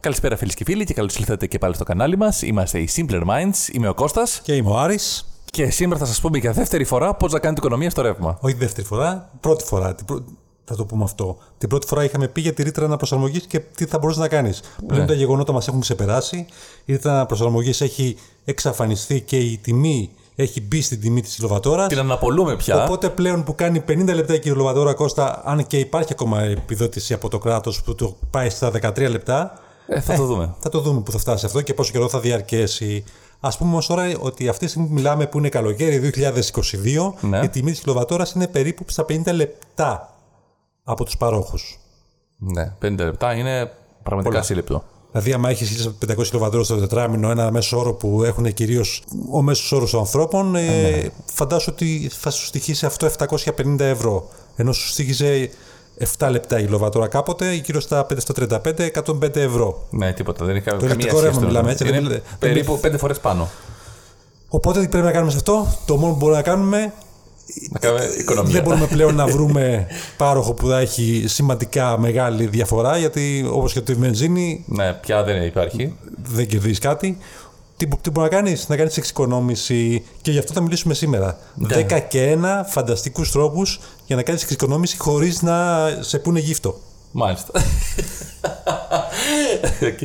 Καλησπέρα φίλες και φίλοι και καλώς ήλθατε και πάλι στο κανάλι μας. Είμαστε οι Simpler Minds, είμαι ο Κώστας Και είμαι ο Άρης. και σήμερα θα σας πούμε για δεύτερη φορά πώς να κάνετε οικονομία στο ρεύμα. Όχι δεύτερη φορά, πρώτη φορά. Την πρω- Θα το πούμε αυτό. Την πρώτη φορά είχαμε πει για τη ρήτρα αναπροσαρμογής και τι θα μπορούσε να κάνεις. Πλέον τα γεγονότα μας έχουν ξεπεράσει. Η ρήτρα αναπροσαρμογής έχει εξαφανιστεί και η τιμή έχει μπει στην τιμή της κιλοβατόρας. Την αναπολούμε πια. Οπότε πλέον που κάνει 50 λεπτά η κιλοβατόρα Κώστα, αν και υπάρχει ακόμα επιδότηση από το κράτος που το πάει στα 13 λεπτά, Ε, θα το δούμε. θα το δούμε που θα φτάσει αυτό και πόσο καιρό θα διαρκέσει. Ας πούμε όμως τώρα ότι αυτή τη στιγμή που μιλάμε, που είναι καλοκαίρι 2022, Ναι. η τιμή της κιλοβατόρας είναι περίπου στα 50 λεπτά από τους παρόχους. Ναι, 50 λεπτά είναι πραγματικά σύλληπτο. Δηλαδή, άμα έχεις 1500 κιλοβατόρες στο τετράμινο, ένα μέσο όρο που έχουν κυρίως ο μέσος όρος των ανθρώπων, ε, φαντάσου ότι θα σου στοιχήσει αυτό 750 ευρώ. Ενώ σου στοιχήσε 7 λεπτά η κιλοβατόρα κάποτε, γύρω στα 535, 105 ευρώ. Ναι, τίποτα. Δεν έχει καμία ηλεκτρικό σχέση ρεύμα τώρα. μιλάμε, έτσι, Είναι δεν μιλάτε- περίπου 5 φορές πάνω. Οπότε τι πρέπει να κάνουμε σε αυτό, το μόνο που μπορούμε να κάνουμε Να κάνουμε οικονομία. Ε, Δεν μπορούμε πλέον να βρούμε πάροχο που θα έχει σημαντικά μεγάλη διαφορά, γιατί όπως και τη βενζίνη Ναι, πια δεν υπάρχει. δεν κερδίζεις κάτι. Τι, τι μπορεί να κάνεις, να κάνεις εξοικονόμηση και γι' αυτό θα μιλήσουμε σήμερα. Ναι. 10 και 1 φανταστικούς τρόπους για να κάνεις εξοικονόμηση χωρίς να σε πούνε γύφτο. Μάλιστα. Οκ.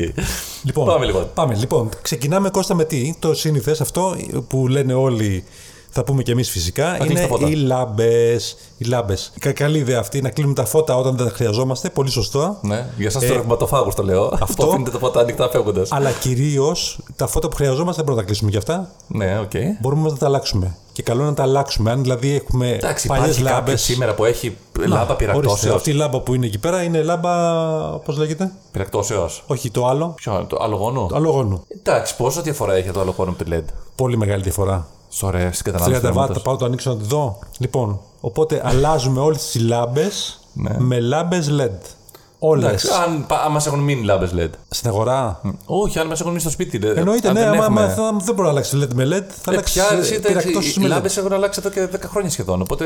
Λοιπόν, Πάμε λοιπόν. Πάμε λοιπόν. Ξεκινάμε Κώστα με τι. Το σύνηθες αυτό που λένε όλοι, θα πούμε και εμείς φυσικά, κλείσει τα είναι φώτα. οι λάμπες. Οι λάμπες. Κα- Καλή ιδέα αυτή να κλείνουμε τα φώτα όταν δεν τα χρειαζόμαστε. Πολύ σωστό. Ναι, για εσά ε, του ρευματοφάγου το λέω. Αυτό. Που αφήνετε τα φώτα ανοιχτά φεύγοντας. Αλλά κυρίως τα φώτα που χρειαζόμαστε δεν μπορούμε να τα κλείσουμε κι αυτά. Ναι, οκ. Μπορούμε όμως να τα αλλάξουμε. Και καλό είναι να τα αλλάξουμε. Αν δηλαδή έχουμε Εντάξει, παλιές υπάρχει λάμπε. κάποιο σήμερα που έχει λάμπα πυρακτώσεω. Αυτή η λάμπα που είναι εκεί πέρα είναι λάμπα. Πώς λέγεται. Πυρακτώσεω. Όχι το άλλο. Ποιο είναι το αλογόνο. Το αλογόνου. Εντάξει, πόσα διαφορά έχει το αλογόνο με τη LED. Πολύ μεγάλη διαφορά. Σωρέ, στην 30 κατανάλωση. του βάτ, θα ρεύματος. πάω να το ανοίξω να τη δω. Λοιπόν, οπότε αλλάζουμε όλες τις λάμπες Ναι. με λάμπες LED. Όλες. Εντάξει, αν, πα- αν μας έχουν μείνει λάμπες LED. Στην αγορά. Όχι, αν μας έχουν μείνει στο σπίτι. δε- Εννοείται, αν ναι, δεν άμα έχουμε- άμα θα- δεν μπορεί να αλλάξει LED με LED, θα Ε, αλλάξει πια εσύ, τα- πειρακτώσει οι με LED. λάμπες έχουν αλλάξει εδώ και 10 χρόνια σχεδόν. Οπότε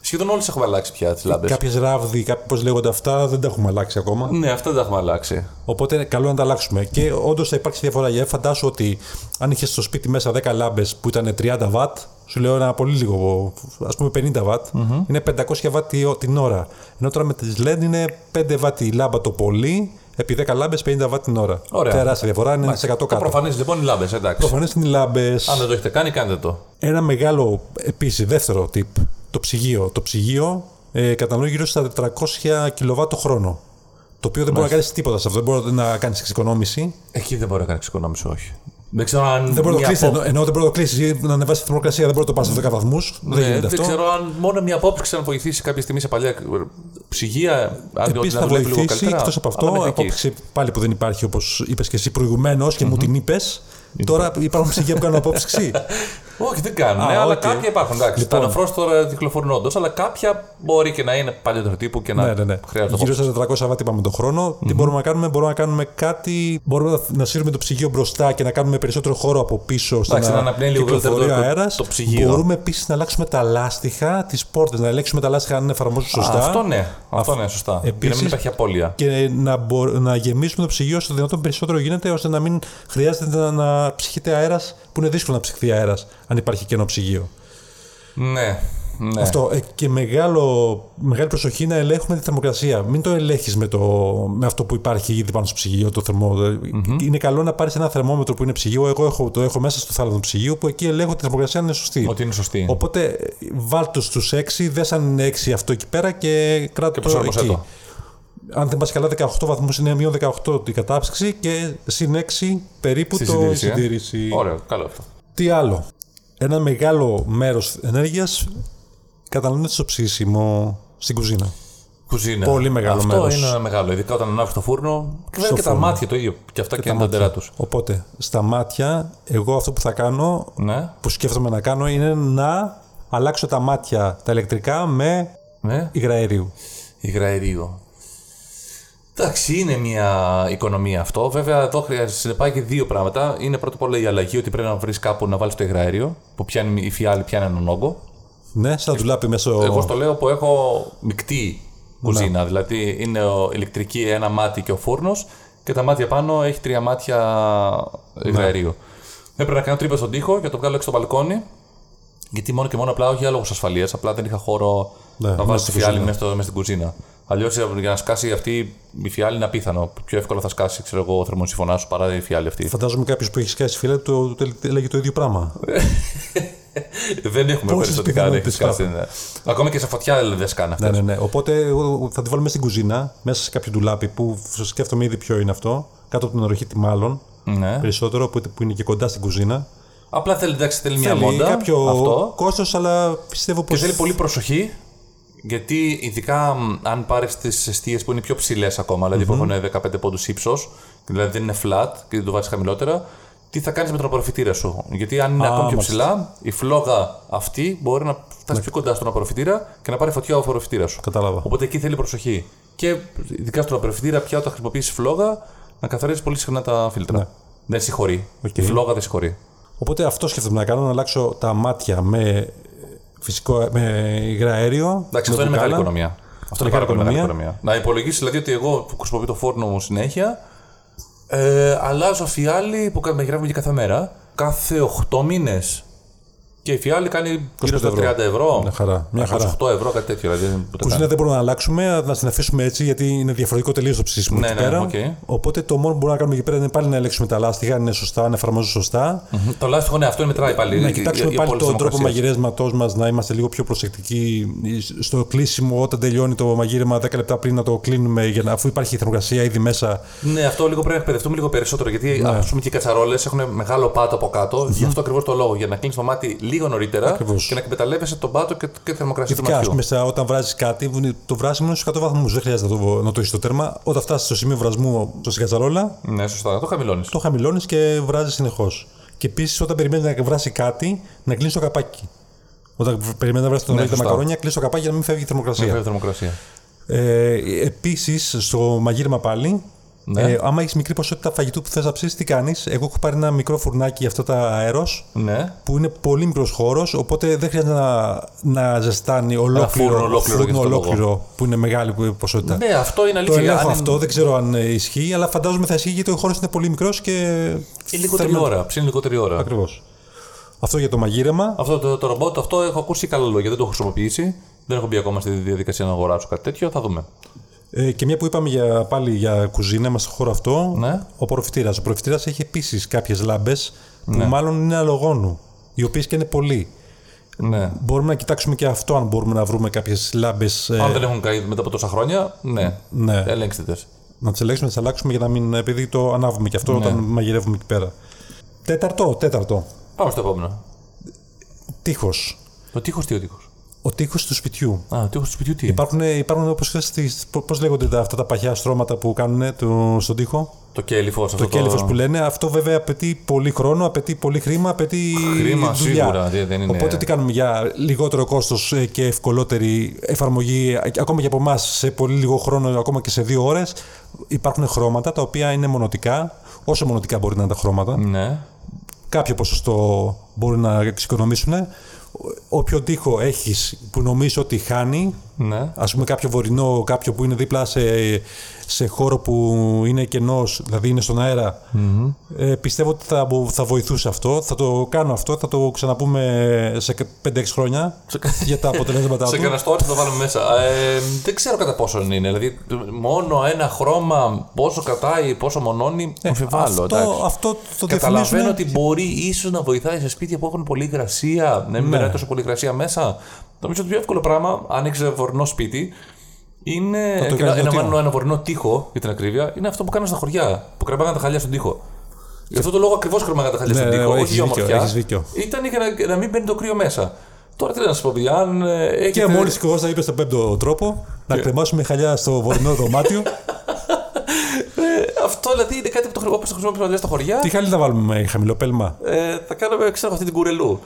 σχεδόν όλες έχουμε αλλάξει πια τις λάμπες. Κάποιες ράβδοι, πώς λέγονται αυτά, δεν τα έχουμε αλλάξει ακόμα. Ναι, αυτά δεν τα έχουμε αλλάξει. Οπότε είναι καλό να τα αλλάξουμε. Και όντως θα υπάρξει διαφορά. Γιατί φαντάσου ότι αν είχες στο σπίτι μέσα 10 λάμπες που ήταν 30 watt, σου λέω ένα πολύ λίγο, ας πούμε 50 watt, είναι 500 watt τη- την ώρα. Ενώ τώρα με τις LED είναι 5 watt η λάμπα το πολύ, επί 10 λάμπε 50 watt την ώρα. Ωραία. Τεράστια διαφορά, είναι 1% Το κάτω. προφανές λοιπόν οι λάμπες, εντάξει. Προφανές είναι οι λάμπες. Αν δεν το έχετε κάνει, κάντε το. Ένα μεγάλο, επίσης, δεύτερο tip, το ψυγείο. Το ψυγείο ε, κατανοεί γύρω στα 400 kW το χρόνο. Το οποίο δεν μπορεί να κάνεις τίποτα σε αυτό. Δεν μπορεί να κάνεις εξοικονόμηση. Εκεί δεν μπορεί να κάνεις εξοικονόμηση, όχι. Δεν ξέρω αν. Δεν μπορεί να το μια κλείσει. απο- Ενώ, ενώ δεν μπορεί να το κλείσει, να ανεβάσει τη θερμοκρασία, δεν μπορεί να το πας σε 10 βαθμού. δεν Ε, γίνεται δεν αυτό. ξέρω αν μόνο μια απόψη να βοηθήσει κάποια στιγμή σε παλιά ε, ψυγεία. Αν Επίσης να θα δουλεύει δηλαδή λίγο βοηθήσει καλύτερα, εκτός από αυτό. αλλά μέχρι εκεί. Απόψη πάλι που δεν υπάρχει όπως είπες και εσύ προηγουμένως και μου την είπες. Τώρα υπάρχουν ψυγεία που κάνουν απόψυξη. Όχι, δεν κάνουν. Α, ναι, αλλά οκ. κάποια υπάρχουν. Εντάξει, Λοιπόν. Τα αναφρώ τώρα κυκλοφορούν όντω, αλλά κάποια μπορεί και να είναι παλιότερο τύπου και να ναι, ναι, ναι. χρειάζεται. Γύρω στα 400 βάτη είπαμε τον χρονο Τι μπορούμε να κάνουμε, μπορούμε να κάνουμε κάτι. Μπορούμε να- να σύρουμε το ψυγείο μπροστά και να κάνουμε περισσότερο χώρο από πίσω. ώστε Εντάξει, να αναπνέει λίγο κυκλοφορεί ο καλύτερα το- αέρας. το ψυγείο. Μπορούμε επίσης να αλλάξουμε τα λάστιχα, τις πόρτες, να ελέγξουμε τα λάστιχα αν είναι εφαρμόζουν σωστά. Αυτό ναι, αυτό ναι, σωστά. για να Επίσης- μην υπάρχει απώλεια. και να, μπο- να γεμίσουμε το ψυγείο όσο δυνατόν περισσότερο γίνεται, ώστε να μην χρειάζεται να, να ψυχείται αέρας που είναι δύσκολο να ψυχθεί αέρας, αν υπάρχει κενό ψυγείο. Ναι, ναι. Αυτό. ε, και μεγάλο, μεγάλη προσοχή να ελέγχουμε τη θερμοκρασία. Μην το ελέγχεις με, το, με αυτό που υπάρχει ήδη πάνω στο ψυγείο, το θερμό. Ε, Είναι καλό να πάρεις ένα θερμόμετρο που είναι ψυγείο. Εγώ έχω, το έχω μέσα στο θάλαμο του ψυγείου που εκεί ελέγχω τη θερμοκρασία αν είναι σωστή. Ότι είναι σωστή. Οπότε ε, βάλ' το στου 6, δες αν είναι 6 αυτό εκεί πέρα και κράτα το προσάρμοσέ εκεί. το. Αν δεν πας καλά, 18 βαθμούς είναι μείον 18 η κατάψυξη και συν 6 περίπου Στη το συντήρηση, ε. συντήρηση. Ωραίο, καλό αυτό. Τι άλλο. Ένα μεγάλο μέρος ενέργειας καταναλώνεται στο ψήσιμο στην κουζίνα. Κουζίνα. Πολύ μεγάλο αυτό μέρος. Αυτό είναι ένα μεγάλο. Ειδικά όταν ανάβει το φούρνο. Βέβαια και τα φούρνο. μάτια το ίδιο. Και αυτά και είναι τα ντερά τους. Οπότε, στα μάτια, εγώ αυτό που θα κάνω, Ναι, που σκέφτομαι να κάνω, είναι να αλλάξω τα μάτια τα ηλεκτρικά με ναι. υγραερίου. Υγραερίο. Εντάξει, είναι μια οικονομία αυτό. Βέβαια, εδώ χρειάζεται πάει και δύο πράγματα. Είναι πρώτα απ' όλα η αλλαγή ότι πρέπει να βρεις κάπου να βάλεις το υγραέριο που πιάνει η φιάλη, πιάνει έναν όγκο. Ναι, σαν δουλάπι μέσω. Ε, Εγώ στο λέω που Ναι. έχω μεικτή κουζίνα. Δηλαδή είναι ο- ηλεκτρική ένα μάτι και ο φούρνος. και τα μάτια πάνω έχει τρία μάτια Ναι. υγραερίου. Έπρεπε να κάνω τρύπα στον τοίχο και να το βγάλω έξω στο μπαλκόνι. Γιατί μόνο και μόνο απλά όχι για λόγους ασφαλείας. Απλά δεν είχα χώρο Ναι, να μέσα βάζω στη τη φιάλη κουζίνα. μέσα, στο- μέσα στην κουζίνα. Αλλιώς για να σκάσει αυτή η φιάλη είναι απίθανο. Πιο εύκολα θα σκάσει ξέρω εγώ, ο θερμοσυφωνάς σου παρά η φιάλη αυτή. Φαντάζομαι κάποιος που έχει σκάσει φίλε του του έλεγε το ίδιο πράγμα. δεν έχουμε Πόσες περιστατικά να έχει πιθανότητες σκάσει. ναι. Ακόμα και σε φωτιά δεν σκάνε αυτά. ναι, ναι, ναι. Οπότε εγώ θα τη βάλω μέσα στην κουζίνα, μέσα σε κάποιο ντουλάπι που σκέφτομαι ήδη ποιο είναι αυτό. Κάτω από την οροχήτη, μάλλον. Ναι. Περισσότερο που, που είναι και κοντά στην κουζίνα. Απλά θέλει, εντάξει, θέλει μια Θέλει μόντα. κάποιο Αυτό. κόστος, αλλά πιστεύω πω. Και θέλει πολύ προσοχή. Γιατί ειδικά μ, αν πάρεις τις αιστείες που είναι πιο ψηλές ακόμα, δηλαδή που έχουν 15 πόντους ύψος, δηλαδή δεν είναι flat και δεν το βάζεις χαμηλότερα, τι θα κάνεις με τον απορροφητήρα σου. Γιατί αν είναι ακόμη πιο μάλιστα. Ναι. ψηλά, η φλόγα αυτή μπορεί να φτάσει πιο κοντά στον απορροφητήρα και να πάρει φωτιά ο απορροφητήρα σου. Κατάλαβα. Οπότε εκεί θέλει προσοχή. Και ειδικά στον απορροφητήρα, πια όταν χρησιμοποιήσει φλόγα, να καθαρίζεις πολύ συχνά τα φίλτρα. Ναι. Δεν συγχωρεί. Η φλόγα δεν συγχωρεί. Οπότε αυτό σκέφτομαι να κάνω, να αλλάξω τα μάτια με ε, φυσικό με υγρά αέριο. Εντάξει, αυτό είναι μεγάλη μπουκάλα. οικονομία. Αυτό είναι Μεγάλη πάρα πολύ μεγάλη οικονομία. οικονομία. Να υπολογίσεις δηλαδή ότι εγώ που χρησιμοποιώ το φόρνο μου συνέχεια, ε, αλλάζω φιάλη που κα- μαγειρεύουμε και κάθε μέρα, κάθε 8 μήνες. Και η φιάλη κάνει γύρω στα 25 ευρώ. 30 ευρώ. Μια χαρά, μια χαρά. 28 ευρώ, κάτι τέτοιο. Δηλαδή, δεν- ούτε καν. Κουζίνα δεν μπορούμε να αλλάξουμε, να την αφήσουμε έτσι γιατί είναι διαφορετικό τελείως το ψήσιμο Ναι, εκεί ναι, πέρα. οκ. Οπότε το μόνο που μπορούμε να κάνουμε εκεί πέρα είναι πάλι να ελέγξουμε τα λάστιχα, αν είναι σωστά, αν εφαρμόζουν σωστά. Το λάστιχο, ναι, αυτό είναι μετράει πάλι. Να η- κοιτάξουμε η- η πάλι απόλυτη τον τρόπο θερμοκρασία. μαγειρέσματός μας, να είμαστε λίγο πιο προσεκτικοί στο κλείσιμο όταν τελειώνει το μαγείρεμα 10 λεπτά πριν να το κλείνουμε, για να, αφού υπάρχει η θερμοκρασία ήδη μέσα. Ναι, αυτό λίγο πρέπει να εκπαιδευτούμε λίγο περισσότερο. Γιατί Ναι. α πούμε και οι κατσαρόλες έχουν μεγάλο πάτο από κάτω. Γι' αυτό ακριβώς το λόγο. Για να κλείσει το μάτι λίγο νωρίτερα Ακριβώς. και να εκμεταλλεύεσαι τον πάτο και, και τη θερμοκρασία του Ειδικά, ματιού. ας πούμε, στα- όταν βράζεις κάτι, βουν- το βράσιμο είναι στου 100 βαθμούς. Δεν χρειάζεται να το, να το έχεις στο τέρμα. Όταν φτάσεις στο σημείο βρασμού, στο συγκατσαρόλα, Ναι, σωστά. Το χαμηλώνεις. το χαμηλώνεις και βράζεις συνεχώς. Και επίσης, όταν περιμένεις να βράσει κάτι, να κλείνεις το καπάκι. Όταν περιμένεις να βράσει τον ναι, τα σωστά. Ναι, μακαρόνια, κλείνεις το καπάκι για να μην φεύγει η θερμοκρασία. Φεύγει η θερμοκρασία. Ε, Επίσης, στο μαγείρεμα πάλι, Ναι. ε, άμα έχεις μικρή ποσότητα φαγητού που θες να ψήσεις, τι κάνεις. Εγώ έχω πάρει ένα μικρό φουρνάκι για αυτά τα αέρος, Ναι. που είναι πολύ μικρός χώρος, οπότε δεν χρειάζεται να, να ζεστάνει ολόκληρο. φούρνο ολόκληρο φούρνο για αυτό το λόγο. ολόκληρο, που είναι μεγάλη που- ποσότητα. Ναι, αυτό είναι Το αλήθεια. ελέγχω Αν αυτό, δεν ξέρω αν ε, ισχύει, αλλά φαντάζομαι θα ισχύει γιατί ο χώρος είναι πολύ μικρός και. Είναι λιγότερη ώρα. Ψήνει λιγότερη ώρα. Ακριβώς. Αυτό για το μαγείρεμα. Αυτό το, το ρομπότ, αυτό έχω ακούσει καλά λόγια. Δεν το έχω χρησιμοποιήσει. Δεν έχω μπει ακόμα στη διαδικασία να αγοράσω κάτι τέτοιο. Θα δούμε. Ε, και μια που είπαμε για, πάλι για κουζίνα, είμαστε στο χώρο αυτό. Ναι. Ο προφητήρας. Ο προφητήρας έχει επίσης κάποιες λάμπες που μάλλον είναι αλογόνου, οι οποίες και είναι πολύ. Ναι. Μπορούμε να κοιτάξουμε και αυτό, αν μπορούμε να βρούμε ε, κάποιες λάμπες. Αν δεν έχουν καεί μετά από τόσα χρόνια, ναι. Ναι. Ελέγξτε τες. να τις ελέγξουμε, να τις αλλάξουμε για να μην. επειδή το ανάβουμε και αυτό όταν μαγειρεύουμε εκεί πέρα. Τέταρτο, τέταρτο. Πάμε στο επόμενο. Τείχος. Το τείχος τι, ο τείχος. Ο τείχος του σπιτιού. Α, ο τείχος του σπιτιού τι. είναι? Υπάρχουν, υπάρχουν όπως πώς λέγονται τα, αυτά τα παχιά στρώματα που κάνουν το, στον τοίχο. Το κέλυφος αυτό. Το κέλυφος που λένε, αυτό βέβαια απαιτεί πολύ χρόνο, απαιτεί πολύ χρήμα, απαιτεί. Χρήμα, δουλειά. σίγουρα, δε- δεν είναι- Οπότε τι κάνουμε για λιγότερο κόστος και ευκολότερη εφαρμογή, α- ακόμα και από εμάς σε πολύ λίγο χρόνο, ακόμα και σε δύο ώρες. Υπάρχουν χρώματα τα οποία είναι μονοτικά, όσο μονοτικά μπορεί να είναι τα χρώματα. Ναι. Κάποιο ποσοστό μπορεί να εξοικονομήσουν. Όποιο τοίχο έχεις που νομίζει ότι χάνει, Ναι. ας πούμε κάποιο βορεινό, κάποιο που είναι δίπλα σε, σε χώρο που είναι κενός, δηλαδή είναι στον αερα ε, πιστεύω ότι θα, μπο- θα βοηθούσε αυτό, θα το κάνω αυτό, θα το ξαναπούμε σε κα- 5-6 χρόνια για τα αποτελέσματά Σε του. κανένα story θα το βάλουμε μέσα. Ε, δεν ξέρω κατά πόσο είναι. Δηλαδή, μόνο ένα χρώμα πόσο κρατάει, πόσο μονώνει. αμφιβάλλω. εντάξει. Ε, αυτό, αυτό το Καταλαβαίνω διαφημίζουν. ότι μπορεί ίσως να βοηθάει σε σπίτια που έχουν πολύ υγρασία, να Ναι. μην περνάει τόσο πολύ υγρασία μέσα. Νομίζω το πιο εύκολο πράγμα, αν έχεις ένα βορεινό σπίτι, είναι. το και κάνεις ένα, με ένα, τείχο. μάλλον ένα βορεινό τείχο, για την ακρίβεια, είναι αυτό που κάνουν στα χωριά. Που κραπάγανε τα χαλιά στον τείχο. Γι' αυτό το λόγο ακριβώς κρεμάγανε τα χαλιά Ναι, στον τείχο. ναι, όχι έχεις για δίκιο, ομορφιά. έχεις δίκιο. Ήταν για να, να μην μπαίνει το κρύο μέσα. Τώρα τι να σας πω, παιδιά, αν ε, έχετε. Και μόλις και εγώ θα είπε στον πέμπτο τρόπο, να κρεμάσουμε χαλιά στο βορεινό δωμάτιο. Ε, αυτό δηλαδή είναι κάτι που το, χρη- όπως το χρησιμοποιούμε παλιά στα χωριά. Τι χαλί να βάλουμε με χαμηλό πέλμα. Ε, θα κάναμε, ξέρω, αυτή την κουρελού.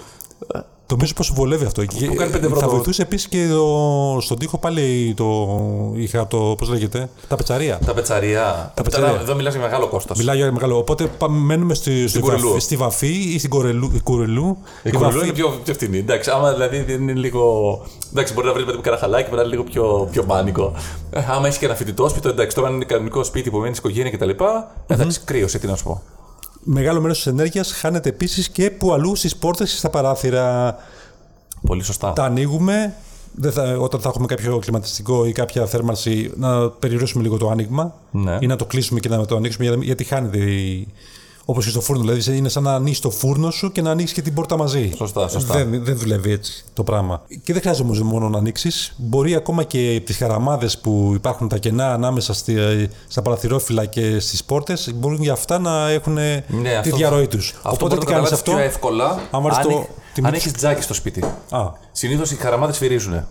Που Νομίζω πως βολεύει αυτό. Και που κάνει πέντε ευρώ Θα το- βοηθούσε επίσης και το, στον τοίχο πάλι το. Είχα το. Πώς λέγεται. Τα πετσαρία. Τα πετσαρία. Τα πετσαρία. Εδώ μιλάς για μεγάλο κόστος. Μιλάω για μεγάλο. Οπότε πάμε, μένουμε στη, στη, Κουρελού. βαφή, στη βαφή ή στην κορελού. Η κουρελού. Η Η κουρελού βαφή- είναι πιο, πιο φθηνή. Εντάξει, άμα δηλαδή είναι λίγο. Εντάξει, μπορεί να βρεις παιδί με καραχαλάκι που να είναι λίγο πιο, πιο μπάνικο. Ε, Άμα έχεις και ένα φοιτητό σπίτι, εντάξει, τώρα αν είναι κανονικό σπίτι που μένεις στην οικογένεια κτλ. ε, Εντάξει, κρύωσε, τι να σου πω. Μεγάλο μέρος της ενέργειας χάνεται επίσης και που αλλού στις πόρτες και στα παράθυρα. Πολύ σωστά. Τα ανοίγουμε. Δεν θα, όταν θα έχουμε κάποιο κλιματιστικό ή κάποια θέρμανση, να περιορίσουμε λίγο το άνοιγμα Ναι. ή να το κλείσουμε και να το ανοίξουμε για- γιατί χάνεται η. Όπως και στο φούρνο, δηλαδή είναι σαν να ανοίξει το φούρνο σου και να ανοίξει και την πόρτα μαζί. Σωστά, σωστά. Δεν, δεν δουλεύει έτσι το πράγμα. Και δεν χρειάζεται όμως μόνο να ανοίξεις. Μπορεί ακόμα και τις χαραμάδες που υπάρχουν τα κενά ανάμεσα στη, στα παραθυρόφυλλα και στις πόρτες, μπορούν για αυτά να έχουν τη Ναι, αυτό- διαρροή τους. Αυτό Οπότε μπορεί να τι κάνεις καταλάβεις αυτό. πιο εύκολα. Αν βάλεις το- τη αν μύτη έχεις τζάκι στο σπίτι. Α, Συνήθως οι χαραμάδες φυρίζουν.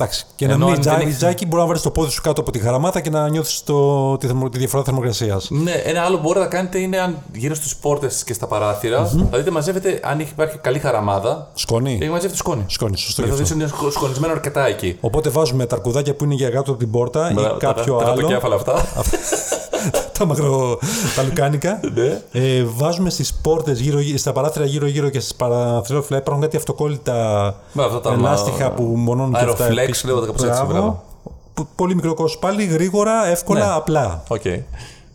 Εντάξει. Και να Ενώ μην αν τζάκι, δεν έχεις- τζάκι μπορεί να βάλεις το πόδι σου κάτω από τη χαραμάτα και να νιώθεις το... τη, θερμο- τη διαφορά θερμοκρασίας. Ναι, ένα άλλο που μπορείτε να κάνετε είναι αν γύρω στι πόρτες και στα παραθυρα θα δείτε μαζεύετε, αν έχει- υπάρχει καλή χαραμάδα, Σκόνη. έχει μαζεύει τη σκόνη. Σκόνη, σωστό και Δηλαδή αυτό. είναι σκο- σκονισμένο αρκετά εκεί. Οπότε βάζουμε τα αρκουδάκια που είναι για κάτω από την πόρτα Τα- ή τα- κάποιο τα- Τα άλλο. κεφάλα αυτά. τα μακρο. τα λουκάνικα. Ναι. ε, βάζουμε στις πόρτες, στα παράθυρα γύρω-γύρω και στις παραθυρόφυλλα. Υπάρχουν κάτι αυτοκόλλητα Μπα, αυτά τα- ελάστιχα που μονώνουν και αυτά. Aeroflex, επίσης. λέγονται κάπως έτσι, Μπράβο. μπράβο. Που- Πολύ μικρό κόστος πάλι, γρήγορα, εύκολα, Ναι. απλά. Οκ.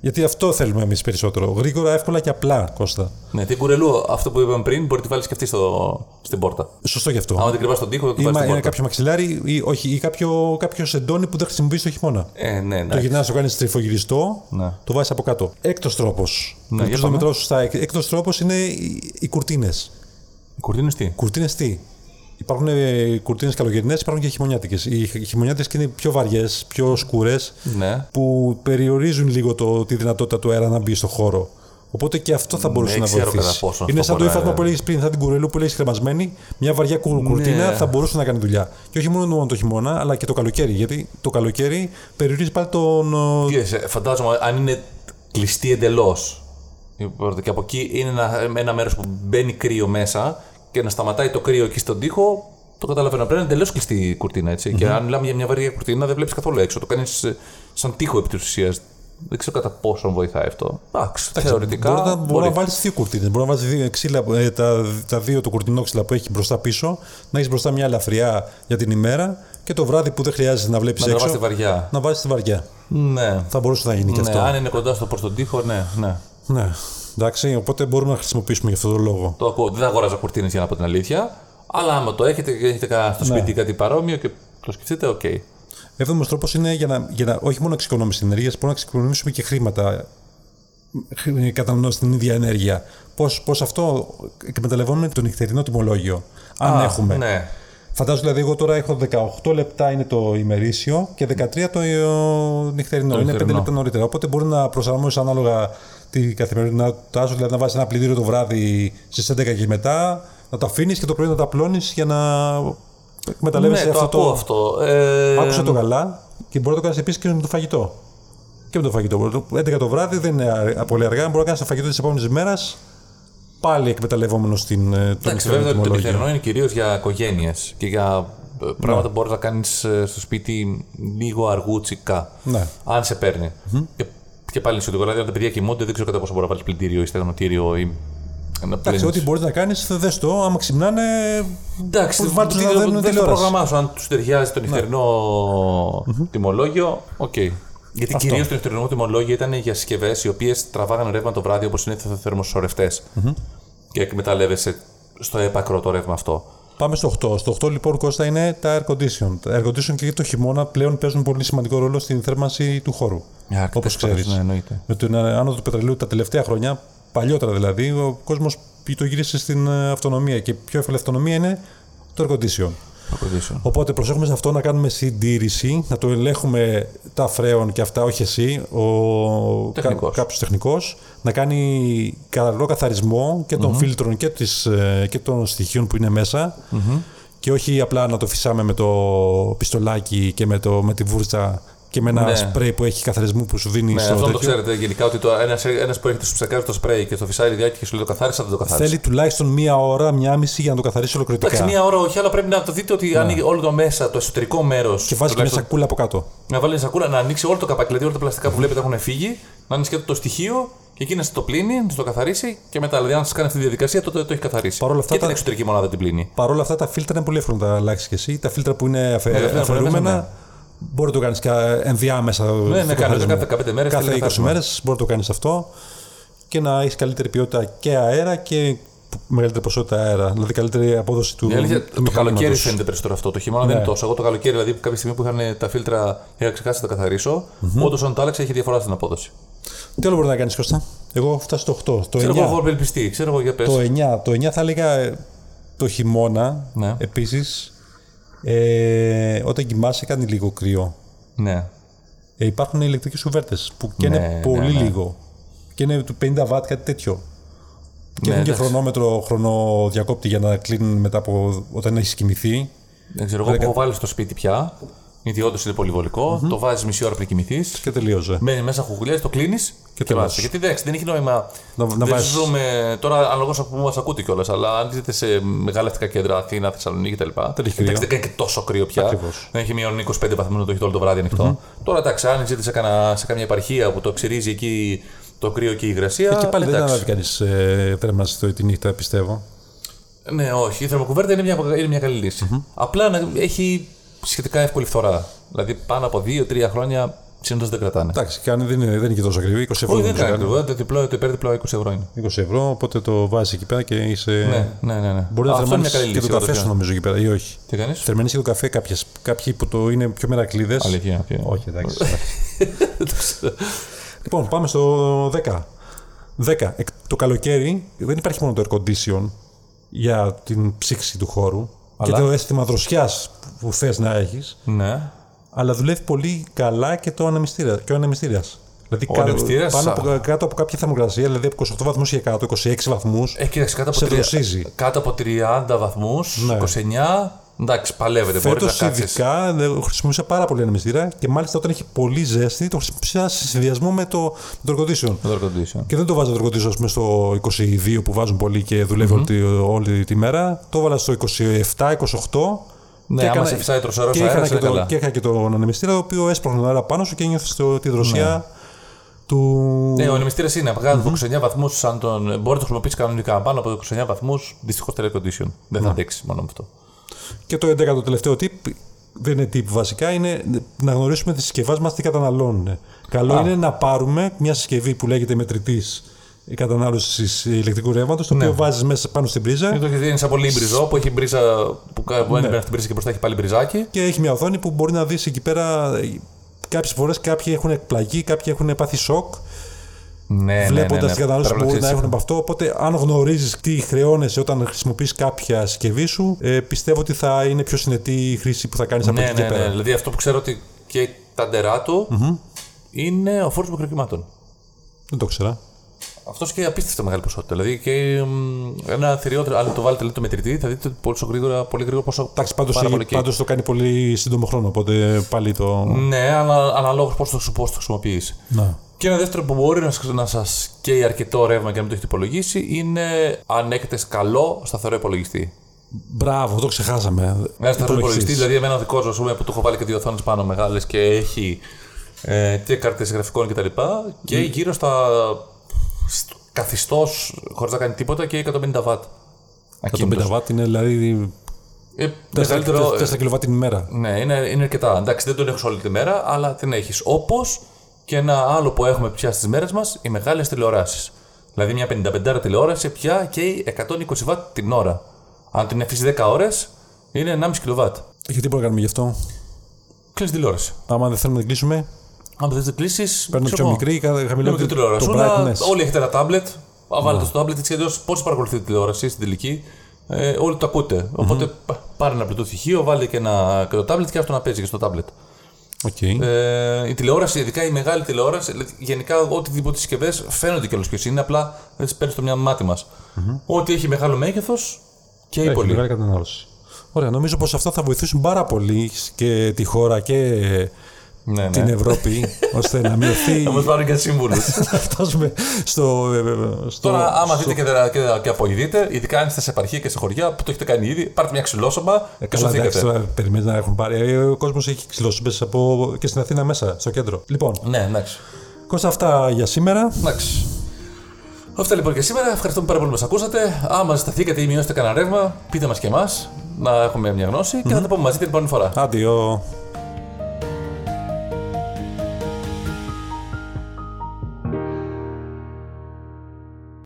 Γιατί αυτό θέλουμε εμείς περισσότερο. Γρήγορα, εύκολα και απλά, Κώστα. Ναι, την κουρελού, αυτό που είπαμε πριν, μπορεί να τη βάλεις και αυτή στο, στην πόρτα. Σωστό γι' αυτό. Άμα την κρυβάς στον τοίχο, θα τη Ή βάλεις μα- στην είναι πόρτα. κάποιο μαξιλάρι ή, όχι, ή κάποιο, κάποιο σεντόνι που δεν χρησιμοποιείς το χειμώνα. Ε, ναι, Το ναι. γυρνάς, το κάνεις τρυφογυριστό, Ναι. το βάζεις από κάτω. Έκτος τρόπος. για Ελπίζω να πάμε. μετράω σωστά. Έκτος τρόπος είναι οι, οι κουρτίνες. Κουρτίνες τι. Κουρτίνες τι. Υπάρχουν κουρτίνε καλοκαιρινέ, υπάρχουν και χειμωνιάτικες. Οι χε- χειμωνιάτικες είναι πιο βαριές, πιο σκουρέ, Ναι. που περιορίζουν λίγο το, τη δυνατότητα του αέρα να μπει στο χώρο. Οπότε και αυτό θα μπορούσε δεν να Ναι, ξέρω βοηθήσει. κατά πόσο είναι αυτό σαν το μπορεί να- ύφασμα που έλεγε πριν, σαν την κουρελού που λέγει κρεμασμένη. Μια βαριά Ναι. κου- κουρτίνα θα μπορούσε να κάνει δουλειά. Και όχι μόνο το χειμώνα, αλλά και το καλοκαίρι. Γιατί το καλοκαίρι περιορίζει πάλι τον. ο, Yes, φαντάζομαι αν είναι κλειστή εντελώς. Και από εκεί είναι ένα, ένα μέρος που μπαίνει κρύο μέσα και να σταματάει το κρύο εκεί στον τοίχο, το καταλαβαίνω. Πρέπει να είναι εντελώς κλειστή η κουρτίνα. έτσι. Και αν μιλάμε για μια βαριά κουρτίνα, δεν βλέπεις καθόλου έξω. Το κάνεις σαν τοίχο επί της ουσίας. Δεν ξέρω κατά πόσο βοηθάει αυτό. Εντάξει, θεωρητικά. Μπορεί να, μπορεί μπορεί. να βάλεις δύο κουρτίνες. Μπορεί να βάλει ξύλα, ε, τα, τα δύο το κουρτινόξυλα που έχει μπροστά πίσω, να έχεις μπροστά μια ελαφριά για την ημέρα και το βράδυ που δεν χρειάζεται να βλέπεις Να έξω. τραβάς τη βαριά. Να βάζεις τη βαριά. Ναι. Θα μπορούσε να γίνει και ναι, αυτό. αν είναι κοντά στο προς τον τοίχο, ναι, ναι. Ναι. Εντάξει, οπότε μπορούμε να χρησιμοποιήσουμε για αυτόν τον λόγο. Το ακούω. Δεν αγοράζω κουρτίνες για να πω την αλήθεια. Αλλά άμα το έχετε και έχετε κανένα στο σπίτι κάτι παρόμοιο και το σκεφτείτε, οκ. Έβδομο τρόπος είναι για να, για να, όχι μόνο εξοικονόμηση ενέργεια, μπορούμε να εξοικονομήσουμε και χρήματα χρη- καταναλώνοντας την ίδια ενέργεια. Πώς πώς αυτό εκμεταλλευόμαστε το νυχτερινό τιμολόγιο, αν έχουμε. Ναι. Φαντάζομαι δηλαδή, εγώ τώρα έχω 18 λεπτά είναι το ημερήσιο και 13 το ε, ο, νυχτερινό. Είναι 5 νυχτερινό. λεπτά νωρίτερα. Οπότε μπορεί να προσαρμόσει ανάλογα τη καθημερινότητά σου, δηλαδή να βάζεις ένα πλυντήριο το βράδυ στις 11 και μετά, να το αφήνεις και το πρωί να τα πλώνει για να εκμεταλλεύεσαι Ναι, το αυτό ακούω αυτό. Ε, Άκουσα το καλά και μπορεί να το κάνεις επίσης και με το φαγητό. Και με το φαγητό. Μπορεί το- 11 το βράδυ δεν είναι αρ- πολύ αργά. Μπορεί να κάνεις το φαγητό της επόμενης μέρας πάλι εκμεταλλευόμενος την, ε, το Εντάξει, βέβαια νυχτερινό ότι το τιμολόγιο. νυχτερινό είναι κυρίως για οικογένειες και για ε, πράγματα που μπορεί να κάνεις στο σπίτι λίγο αργούτσικα. Ναι. Αν σε παίρνει. Και, και πάλι είναι σχετικό. Δηλαδή, αν τα παιδιά κοιμούνται, δεν ξέρω κατά πόσο μπορεί να βάλεις πλυντήριο ή στεγνοτήριο ή. να Εντάξει, πλένεις. ό,τι μπορείς να κάνεις, δες το. Άμα ξυπνάνε. Εντάξει, που βάλει τους δεν- να δεν- δένουν δεν το τηλεόραση. Ναι. πρόγραμμά σου. Αν τους ταιριάζει το νυχτερινό τιμολόγιο, οκ. Γιατί κυρίως το νυχτερινό τιμολόγιο ήταν για συσκευές οι οποίες τραβάγανε ρεύμα το βράδυ όπως είναι θερμοσορευτές. Και εκμεταλλεύεσαι στο έπακρο το ρεύμα αυτό. Πάμε στο 8. Στο 8 λοιπόν Κώστα είναι τα air condition. Τα air condition και το χειμώνα πλέον παίζουν πολύ σημαντικό ρόλο στην θέρμανση του χώρου. Ε, αρκετές Όπω φορές, ξέρει. ναι, εννοείται. Με την άνοδο του πετρελαίου τα τελευταία χρόνια, παλιότερα δηλαδή, ο κόσμος το γύρισε στην ε, αυτονομία και η πιο εύκολη αυτονομία είναι το air condition. Οπότε προσέχουμε σε αυτό να κάνουμε συντήρηση, να το ελέγχουμε τα φρέον και αυτά, όχι εσύ, ο Τεχνικός. κάποιος τεχνικός, να κάνει καλό καθαρισμό και των φίλτρων και, της, ε, και των στοιχείων που είναι μέσα, Και όχι απλά να το φυσάμε με το πιστολάκι και με, το, με τη βούρτσα και με ένα Ναι. σπρέι που έχει καθαρισμού που σου δίνει Ναι, στο αυτό το τέτοιο. ξέρετε γενικά ότι ένας ένας που έρχεται σου ψεκάρει το σπρέι και στο φυσάρι διάκι και σου λέει το καθάρισα, δεν το καθάρισα. Θέλει τουλάχιστον μία ώρα, μία μισή για να το καθαρίσει Εντάξει, ολοκληρωτικά. μία ώρα όχι, αλλά πρέπει να το δείτε ότι ανοίγει όλο το μέσα, το εσωτερικό μέρος. Ναι. Και βάζει και μια σακούλα από κάτω. Να βάλει σακούλα, να ανοίξει όλο το καπάκι, δηλαδή όλα τα πλαστικά που βλέπετε έχουν φύγει, να είναι σκέτο το στοιχείο και εκείνη να το πλύνει, να το καθαρίσει και μετά. Δηλαδή, αν σα κάνει αυτή τη διαδικασία, τότε το έχει καθαρίσει. Παρ' όλα αυτά και τα- την εξωτερική μονάδα την πλύνει. Παρ' όλα αυτά τα φίλτρα είναι πολύ εύκολο να τα αλλάξεις και εσύ. Τα φίλτρα που είναι αφαι... τα φίλτρα που είναι αφαιρούμενα. μέσα, Μπορεί να το κάνεις και ενδιάμεσα. Ναι, ναι, κανονικά κάθε 15 μέρες Κάθε θέλει 20 καθάρισμα. μέρες μπορεί να το κάνεις αυτό και να έχεις καλύτερη ποιότητα και αέρα και μεγαλύτερη ποσότητα αέρα. Δηλαδή καλύτερη απόδοση του, Η αλήθεια, του το καλοκαίρι μηχανήματος. φαίνεται περισσότερο αυτό. Το χειμώνα δεν Ναι. είναι τόσο. Εγώ το καλοκαίρι, δηλαδή, κάποια στιγμή που είχαν τα φίλτρα, είχα ξεχάσει να τα καθαρίσω. Όντω, αν το άλλαξα, είχε διαφορά στην απόδοση. Τι άλλο μπορεί να κάνεις, Κώστα. Εγώ έχω φτάσει στο 8. Το 9. Ξέρω εγώ, έχω απελπιστεί. Ξέρω εγώ, για πε. Το 9, το 9 θα έλεγα ε, το χειμώνα. Ναι. Επίσης, ε, όταν κοιμάσαι κάνει λίγο κρύο. Ναι. Ε, υπάρχουν ηλεκτρικές κουβέρτες που και Ναι, ναι, πολύ ναι. λίγο. Και είναι του 50 βατ, κάτι τέτοιο. Και Ναι, έχουν και εντάξει. χρονόμετρο χρονοδιακόπτη για να κλείνουν μετά από όταν έχεις κοιμηθεί. Δεν ξέρω, εγώ που έχω βάλει στο σπίτι πια, γιατί όντως είναι πολύ βολικό, το βάζεις μισή ώρα πριν κοιμηθείς. Και τελείωσε. Μένει μέσα χουχουλιέ, το κλείνεις και τελώς. κοιμάσαι. Γιατί εντάξει, δεν έχει νόημα Να- να δεν βάζεις. ζούμε. Τώρα, αναλόγως από πού μας ακούτε κιόλας, αλλά αν ζείτε σε μεγάλα αστικά κέντρα, Αθήνα, Θεσσαλονίκη κτλ. Δεν έχει Εντάξει, κρύο. δεν κάνει και τόσο κρύο πια. Ακριβώς. Δεν έχει μείον 25 βαθμού να το έχετε όλο το βράδυ ανοιχτό. Τώρα, εντάξει, αν ζείτε σε, κανα, σε καμία επαρχία που το ξυρίζει εκεί το κρύο και η υγρασία. Ε, και πάλι δεν Ε, εντάξει. ανάβει κανείς ε, τέρμα στη- τη νύχτα, πιστεύω. Ναι, όχι. Η θερμοκουβέρτα είναι μια, είναι μια καλή λύση. Απλά να έχει σχετικά εύκολη φθορά. Δηλαδή πάνω από 2-3 χρόνια συνήθως δεν κρατάνε. Εντάξει, κάνει, δεν, είναι, δεν είναι και τόσο ακριβή. 20 ευρώ Όχι, δεν δεν ξέρω, κάνει ακριβό. Το διπλό, το υπέρδιπλό 20 ευρώ είναι. 20 ευρώ, οπότε το βάζεις εκεί πέρα και είσαι. Ναι, ναι, ναι. ναι. Μπορεί να Αυτό είναι μια θερμάνει καλή και λύση. το καφέ όντως, σου, ναι. νομίζω εκεί πέρα, ή όχι. Τι κάνεις. Θερμαίνει και το καφέ κάποιες, κάποιοι που το είναι πιο μερακλείδες. Αλήθεια, οκ. Όχι, εντάξει. λοιπόν, πάμε στο 10. 10. Εκ- Το καλοκαίρι δεν υπάρχει μόνο το air condition για την ψήξη του χώρου Αλλά? και το αίσθημα δροσιάς που θες να έχεις, Ναι. αλλά δουλεύει πολύ καλά και, το ανεμιστήρα, και ο ανεμιστήρας. Δηλαδή κα- ανεμιστήρας, πάνω από, α. κάτω από κάποια θερμοκρασία, δηλαδή από 28 βαθμούς και κάτω, 26 βαθμούς. Ε, κοίταξε, κάτω από, Σε τρία- δροσίζει. κάτω από 30 βαθμούς, Ναι. 29. Εντάξει, παλεύεται. Μπορεί Φέτος να κάτσεις. ειδικά δε- χρησιμοποίησα πάρα πολύ ανεμιστήρα και μάλιστα όταν έχει πολύ ζέστη το χρησιμοποίησα σε συνδυασμό με το, με το air condition. Και δεν το βάζω το air condition ας πούμε, στο 22 που βάζουν πολύ και δουλεύει όλη, όλη τη μέρα. Το έβαλα στο 27-28. Ναι, άμα σε φυσάει τροσερός και, αέρας, είχα και, είναι το, καλά. και είχα και τον ανεμιστήρα το οποίο έσπροχνε τον αέρα πάνω σου και νιώθεις το, τη δροσιά του. Ναι, ο ανεμιστήρας είναι αυγά από 29 βαθμού. Αν τον μπορεί να το χρησιμοποιήσει κανονικά πάνω από 29 βαθμούς, δυστυχώς το air condition. Δεν Ναι. θα αντέξει μόνο με αυτό. Και το 11 το τελευταίο tip, δεν είναι tip βασικά, είναι να γνωρίσουμε τις συσκευές μας τι καταναλώνουν. Καλό είναι να πάρουμε μια συσκευή που λέγεται μετρητής κατανάλωσης ηλεκτρικού ρεύματος, Ναι. το οποίο βάζεις μέσα πάνω στην πρίζα Το έχει δει σαν πολύ μπριζό που έχει μπρίζα που κάνει ναι. την πρίζα και μπροστά έχει πάλι μπριζάκι. και έχει μια οθόνη που μπορεί να δεις εκεί πέρα... ε, Κάποιες φορές κάποιοι έχουν εκπλαγεί, κάποιοι έχουν πάθει σοκ, Ναι, ναι, βλέποντας ναι, ναι. την κατανάλωση Πρέπει που μπορεί να ξέρεις. έχουν από αυτό. Οπότε, αν γνωρίζεις τι χρεώνεσαι όταν χρησιμοποιείς κάποια συσκευή σου, ε, πιστεύω ότι θα είναι πιο συνετή η χρήση που θα κάνεις από Ναι, εκεί και ναι, ναι. πέρα. Δηλαδή αυτό που ξέρω ότι και τα ντερά του είναι ο φόρο μικροκυμάτων. Δεν το ξέρα. Αυτός και απίστευτα μεγάλη ποσότητα. Δηλαδή και μ, ένα θηριότερο, αν το βάλετε λέει, το μετρητή, θα δείτε πολύ γρήγορα, πολύ γρήγορα πόσο. Εντάξει, πάντως, πάρα έχει- πολύ καίει. πάντως το κάνει πολύ σύντομο χρόνο, οπότε πάλι το... Ναι, αλλά αναλόγως πώς το, πώς το χρησιμοποιείς. Να. Και ένα δεύτερο που μπορεί να, σας- να σας καίει αρκετό ρεύμα και να μην το έχετε υπολογίσει είναι αν έχετε καλό σταθερό υπολογιστή. Μπράβο, το ξεχάσαμε. Ένα σταθερό υπολογιστή, Υπολογιστής. δηλαδή εμένα ο δικό μου που του έχω βάλει και δύο οθόνες πάνω μεγάλες και έχει ε, και κάρτες γραφικών κτλ. Και, τα λοιπά, και γύρω στα. καθιστός, χωρίς να κάνει τίποτα και 150 W. Το 50 βατ είναι δηλαδή Ε, 4 μεγαλύτερο. κιλοβάτ την ημέρα. Ναι, είναι, είναι αρκετά. Εντάξει, δεν τον έχει όλη τη μέρα, αλλά την έχεις. Όπως και ένα άλλο που έχουμε πια στις μέρες μας, οι μεγάλες τηλεοράσεις. Δηλαδή, μια 55 τηλεόραση πια και 120 W την ώρα. Αν την αφήσει 10 ώρες, είναι 1,5 kW. Και τι μπορούμε να κάνουμε γι' αυτό. Κλείνεις τηλεόραση. Άμα δεν θέλουμε να την κλείσουμε, Αν δεν την κλείσει. παίρνουμε πιο μικρή, κα- Λίγο χαμηλότερη την τηλεόραση. το Ναι. Όλα, brightness. όλοι έχετε ένα τάμπλετ. Α, Βάλετε στο τάμπλετ έτσι κι αλλιώς πώς παρακολουθείτε τη τηλεόραση στην τελική. Ε, όλοι το ακούτε. Οπότε, πα- πάρε ένα πλουτό στοιχείο, βάλε και, ένα, και το τάμπλετ και αυτό να παίζει και στο τάμπλετ. Οκ. Ε, η τηλεόραση, ειδικά η μεγάλη τηλεόραση, δηλαδή, γενικά οτιδήποτε συσκευές φαίνονται κιόλας ποιο είναι, απλά δεν τι παίρνει στο μυαλό μάτι μας. Ό,τι έχει μεγάλο μέγεθος και Έχει πολύ. μεγάλη κατανάλωση. Ωραία, νομίζω πως αυτά θα βοηθήσουν πάρα πολύ και τη χώρα και Ναι, ναι. ε, την Ευρώπη, ώστε να μειωθεί. Θα μα πάρουν και σύμβουλους. να φτάσουμε στο. ε, στο Τώρα, άμα δείτε και, δερα- και, και απογοητείτε, ειδικά αν είστε σε επαρχία και σε χωριά που το έχετε κάνει ήδη, πάρτε μια ξυλόσωμα Ε, και Καλά, εντάξει, σωθήκατε. τώρα περιμένει να έχουν πάρει. Ε, Ο κόσμος έχει ξυλώσει από... και στην Αθήνα μέσα, στο κέντρο. Λοιπόν, Ναι, εντάξει. Κώστα, αυτά για σήμερα. Εντάξει. Αυτά λοιπόν και σήμερα. Ευχαριστούμε πάρα πολύ που μας ακούσατε. Άμα σταθήκατε ή μειώσετε κανένα ρεύμα, πείτε μας και εμάς να έχουμε μια γνωση και θα τα πούμε μαζί την επόμενη φορά. Άντιο.